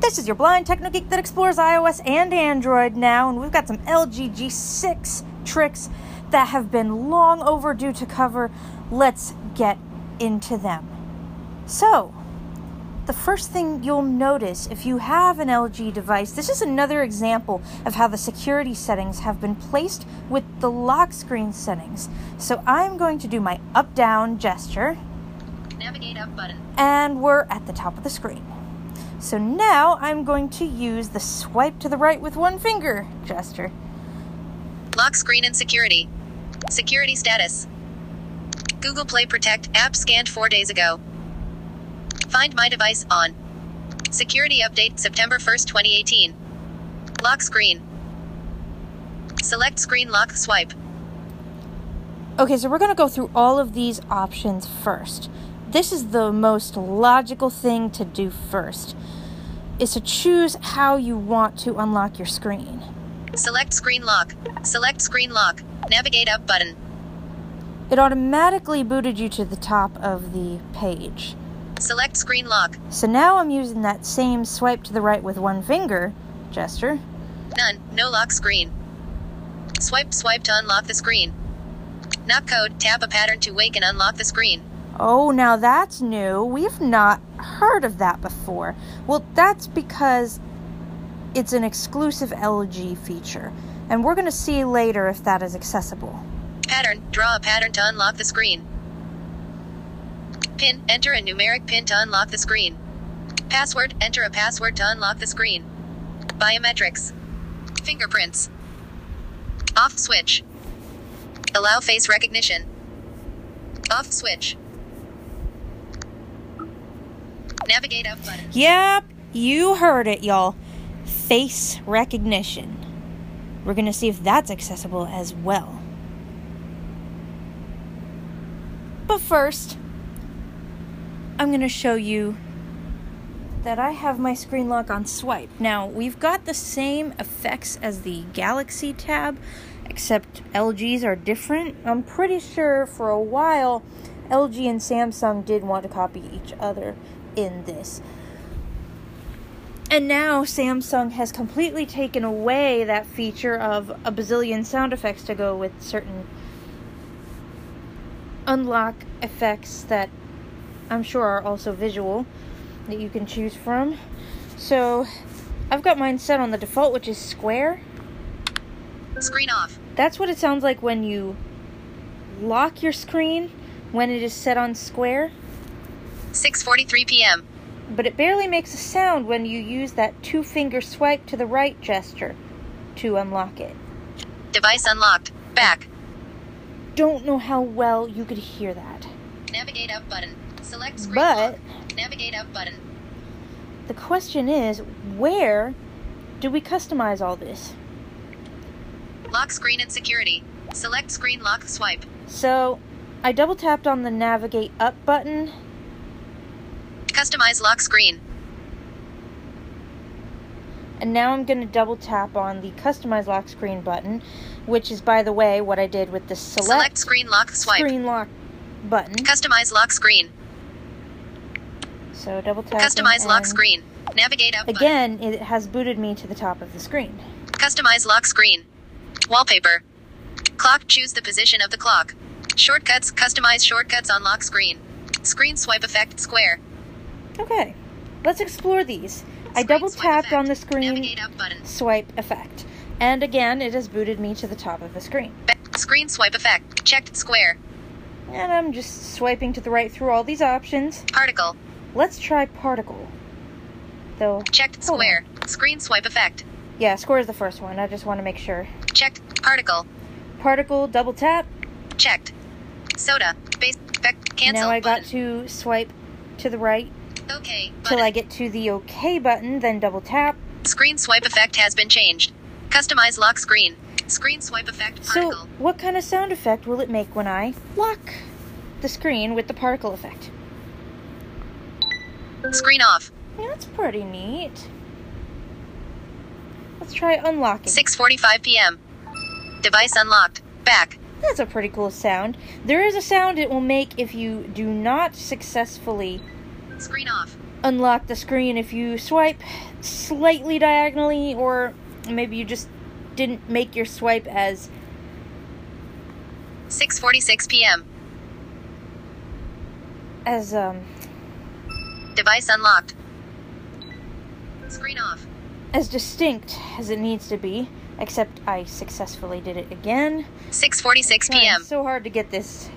This is your blind techno geek that explores iOS and Android now, and we've got some LG G6 tricks that have been long overdue to cover. Let's get into them. So, the first thing you'll notice if you have an LG device, this is another example of how the security settings have been placed with the lock screen settings. So, I'm going to do my up down gesture, Navigate up button. and we're at the top of the screen. So now I'm going to use the swipe to the right with one finger gesture. Lock screen and security. Security status. Google Play Protect app scanned four days ago. Find my device on. Security update September 1st, 2018. Lock screen. Select screen lock swipe. Okay, so we're going to go through all of these options first. This is the most logical thing to do first is to choose how you want to unlock your screen. Select screen lock. Select screen lock. Navigate up button. It automatically booted you to the top of the page. Select screen lock. So now I'm using that same swipe to the right with one finger gesture. None. No lock screen. Swipe swipe to unlock the screen. Knock code. Tap a pattern to wake and unlock the screen. Oh, now that's new. We've not heard of that before. Well, that's because it's an exclusive LG feature, and we're going to see later if that is accessible. Pattern. Draw a pattern to unlock the screen. Pin. Enter a numeric pin to unlock the screen. Password. Enter a password to unlock the screen. Biometrics. Fingerprints. Off switch. Allow face recognition. Off switch. Navigate up button. Yep, you heard it, y'all. Face recognition. We're going to see if that's accessible as well. But first, I'm going to show you that I have my screen lock on swipe. Now, we've got the same effects as the Galaxy tab, except LG's are different. I'm pretty sure for a while LG and Samsung did want to copy each other in this. And now Samsung has completely taken away that feature of a bazillion sound effects to go with certain unlock effects that I'm sure are also visual that you can choose from. So I've got mine set on the default, which is square. Screen off. That's what it sounds like when you lock your screen when it is set on square, 6:43 p.m. but it barely makes a sound when you use that two finger swipe to the right gesture to unlock it. Device unlocked. Back. Don't know how well you could hear that. Navigate up button. Select screen But- lock. Navigate up button. The question is, where do we customize all this? Lock screen and security. Select screen lock swipe. So I double tapped on the navigate up button Customize lock screen. And now I'm going to double tap on the customize lock screen button, which is, by the way, what I did with the Select, select, screen lock swipe. screen lock button. Customize lock screen. So double tap. Customize lock and screen. Navigate up button. Again, it has booted me to the top of the screen. Customize lock screen. Wallpaper. Clock choose the position of the clock. Shortcuts customize shortcuts on lock screen. Screen swipe effect square. Okay, let's explore these. I Screen double swipe tapped effect. on the screen Navigate up button. swipe effect. And again, it has booted me to the top of the screen. Back. Screen swipe effect. Checked square. And I'm just swiping to the right through all these options. Particle. Let's try particle. Though, Checked Hold on. square. Screen swipe effect. yeah, square is the first one. I just want to make sure. Checked particle. Particle, double tap. Checked. Soda. Base. Back. Cancel. now I got button. to swipe to the right Okay. till I button. get to the OK button, then double tap. Screen swipe effect has been changed. Customize lock screen. Screen swipe effect particle. So, what kind of sound effect will it make when I lock the screen with the particle effect? Screen off. Yeah, that's pretty neat. Let's try unlocking. 6:45 p.m. Device unlocked. Back. That's a pretty cool sound. There is a sound it will make if you do not successfully Screen off. unlock the screen if you swipe slightly diagonally, or maybe you just didn't make your swipe as 6:46 p.m. as um Device unlocked. Screen off. as distinct as it needs to be. Except I successfully did it again. 6:46 Man, p.m. it's so hard to get this.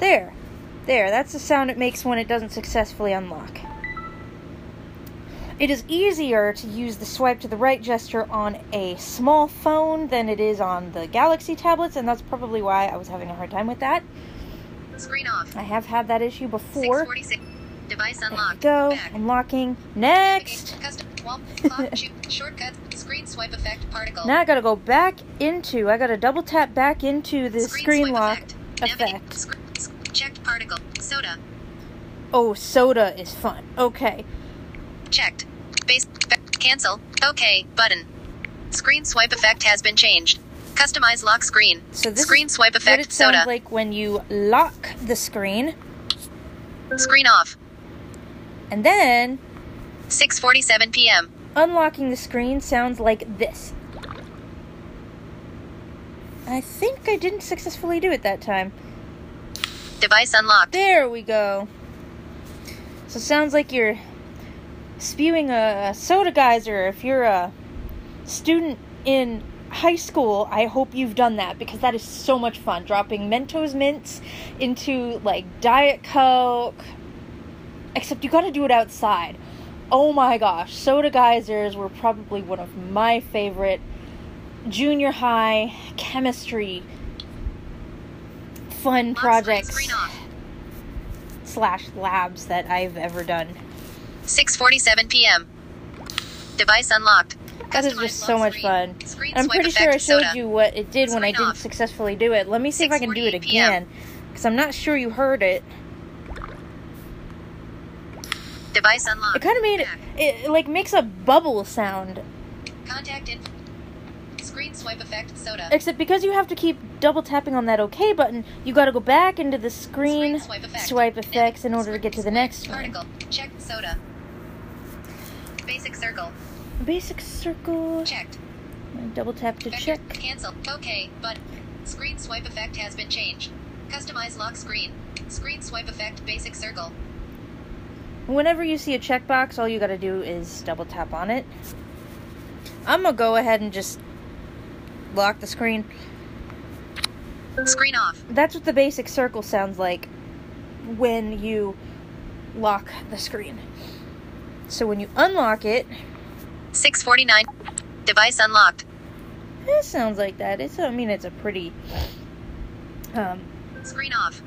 There. There. That's the sound it makes when it doesn't successfully unlock. It is easier to use the swipe to the right gesture on a small phone than it is on the Galaxy tablets, and that's probably why I was having a hard time with that. Screen off. I have had that issue before. 6:46. Device There we unlocked. go. Back. Unlocking. Next! Navigate. Custom wall clock shoot shortcut screen swipe effect particle. Now I gotta go back into, I gotta double tap back into this screen swipe lock effect. effect. Navigate. Sc- sc- checked particle. Soda. Oh, soda is fun. Okay. Checked. Base. ba- Cancel. OK. Button. Screen swipe effect has been changed. Customize lock screen. So this screen is swipe what effect. it sounds Soda. like when you lock the screen, Screen off. and then 6:47 p.m. unlocking the screen sounds like this. I think I didn't successfully do it that time. Device unlocked. Ah, There we go. So it sounds like you're spewing a, a soda geyser. If you're a student in high school, I hope you've done that because that is so much fun. Dropping Mentos mints into like Diet Coke. Except you gotta do it outside. Oh my gosh, soda geysers were probably one of my favorite junior high chemistry fun Lock projects Screen, screen off. slash labs that I've ever done. 6:47 p.m. Device unlocked. That is Customize just lock so much screen. fun. Screen And I'm swipe pretty sure I effect, showed soda. you what it did when I Screen didn't off. successfully do it. Let me see if I can do it 6:48 PM. again. Because I'm not sure you heard it. Device unlocked. It kind of made it, it, like makes a bubble sound. Contact info. Screen swipe effect. Soda. Except because you have to keep double tapping on that OK button, you got to go back into the screen, swipe, effect. swipe effects in Nav- order to get to the swipe next one. particle. Checked soda. Basic circle. Basic circle. Checked. Double tap to Vector. check. Cancel. Okay, but screen swipe effect has been changed. Customize lock screen. Screen swipe effect. Basic circle. Whenever you see a checkbox, all you gotta do is double tap on it. I'm gonna go ahead and just lock the screen. Screen off. That's what the basic circle sounds like when you lock the screen. So when you unlock it, 649. Device unlocked. it sounds like that. It's I mean it's a pretty um Screen off.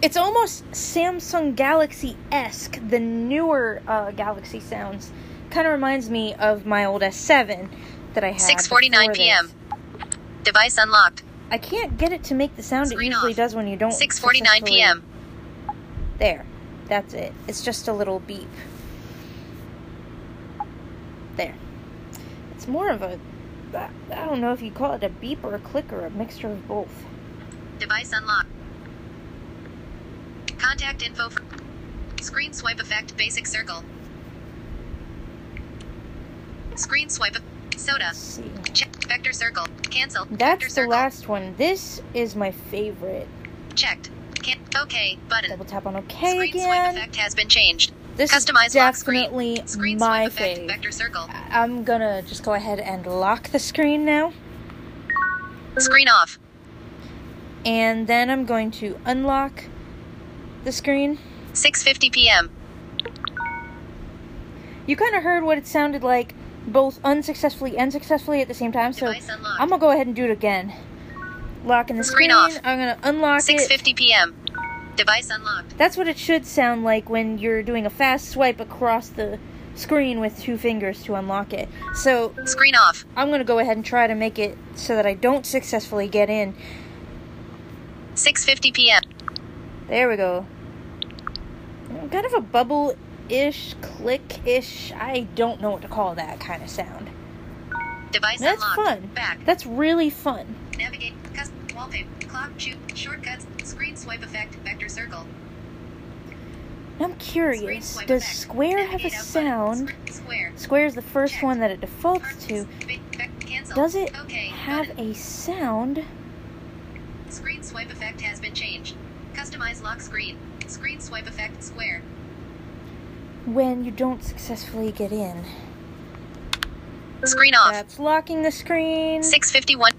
it's almost Samsung Galaxy esque, the newer uh, Galaxy sounds. Kind of reminds me of my old S7 that I had. before 6:49 this. p.m.. Device unlocked. I can't get it to make the sound Screen it usually off. does when you don't. 6:49 successfully- p.m. There, that's it. It's just a little beep. There. It's more of a. I I don't know if you call it a beep or a click or a mixture of both. Device unlocked. Contact info for screen swipe effect basic circle. Screen swipe e- soda. Let's see. Check vector circle. Cancel. vector That's the circle. last one. This is my favorite. Checked. Can- okay button. Double tap on OK screen swipe again. effect has been changed. This Customize is lock screen. definitely Screen my swipe effect fave. vector circle. I'm gonna just go ahead and lock the screen now. Screen off. and then I'm going to unlock the screen. 6:50 p.m. You kind of heard what it sounded like both unsuccessfully and successfully at the same time, so Device unlocked. I'm gonna go ahead and do it again. Locking the screen, Screen off. I'm gonna unlock it. 6:50 p.m. Device unlocked. That's what it should sound like when you're doing a fast swipe across the screen with two fingers to unlock it. So Screen off. I'm gonna go ahead and try to make it so that I don't successfully get in. 6:50 p.m. There we go. Kind of a bubble ish, click ish. I don't know what to call that kind of sound. Device That's unlocked. fun. Back. That's really fun. Navigate, custom, wallpaper, clock, shoot, shortcuts, screen swipe effect, vector circle. I'm curious, Screen swipe does effect. Square have a Navigate up button. sound? Square. Square is the first one that it defaults to. Cancel. Does it okay. have button. a sound? Screen swipe effect has been changed. Customize lock screen. Screen swipe effect square. when you don't successfully get in. Screen off. That's locking the screen. 651.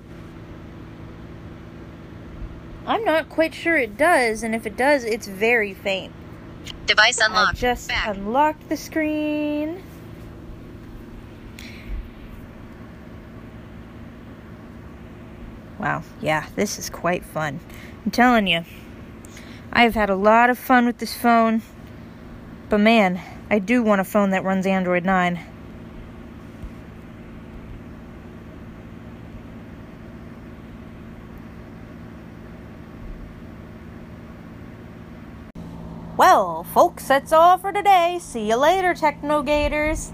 I'm not quite sure it does, and if it does, it's very faint. Device I unlocked. just Back. unlocked the screen. Wow, yeah, this is quite fun. I'm telling you, I have had a lot of fun with this phone, but man, I do want a phone that runs Android 9. Well, folks, that's all for today. See you later, Technogators.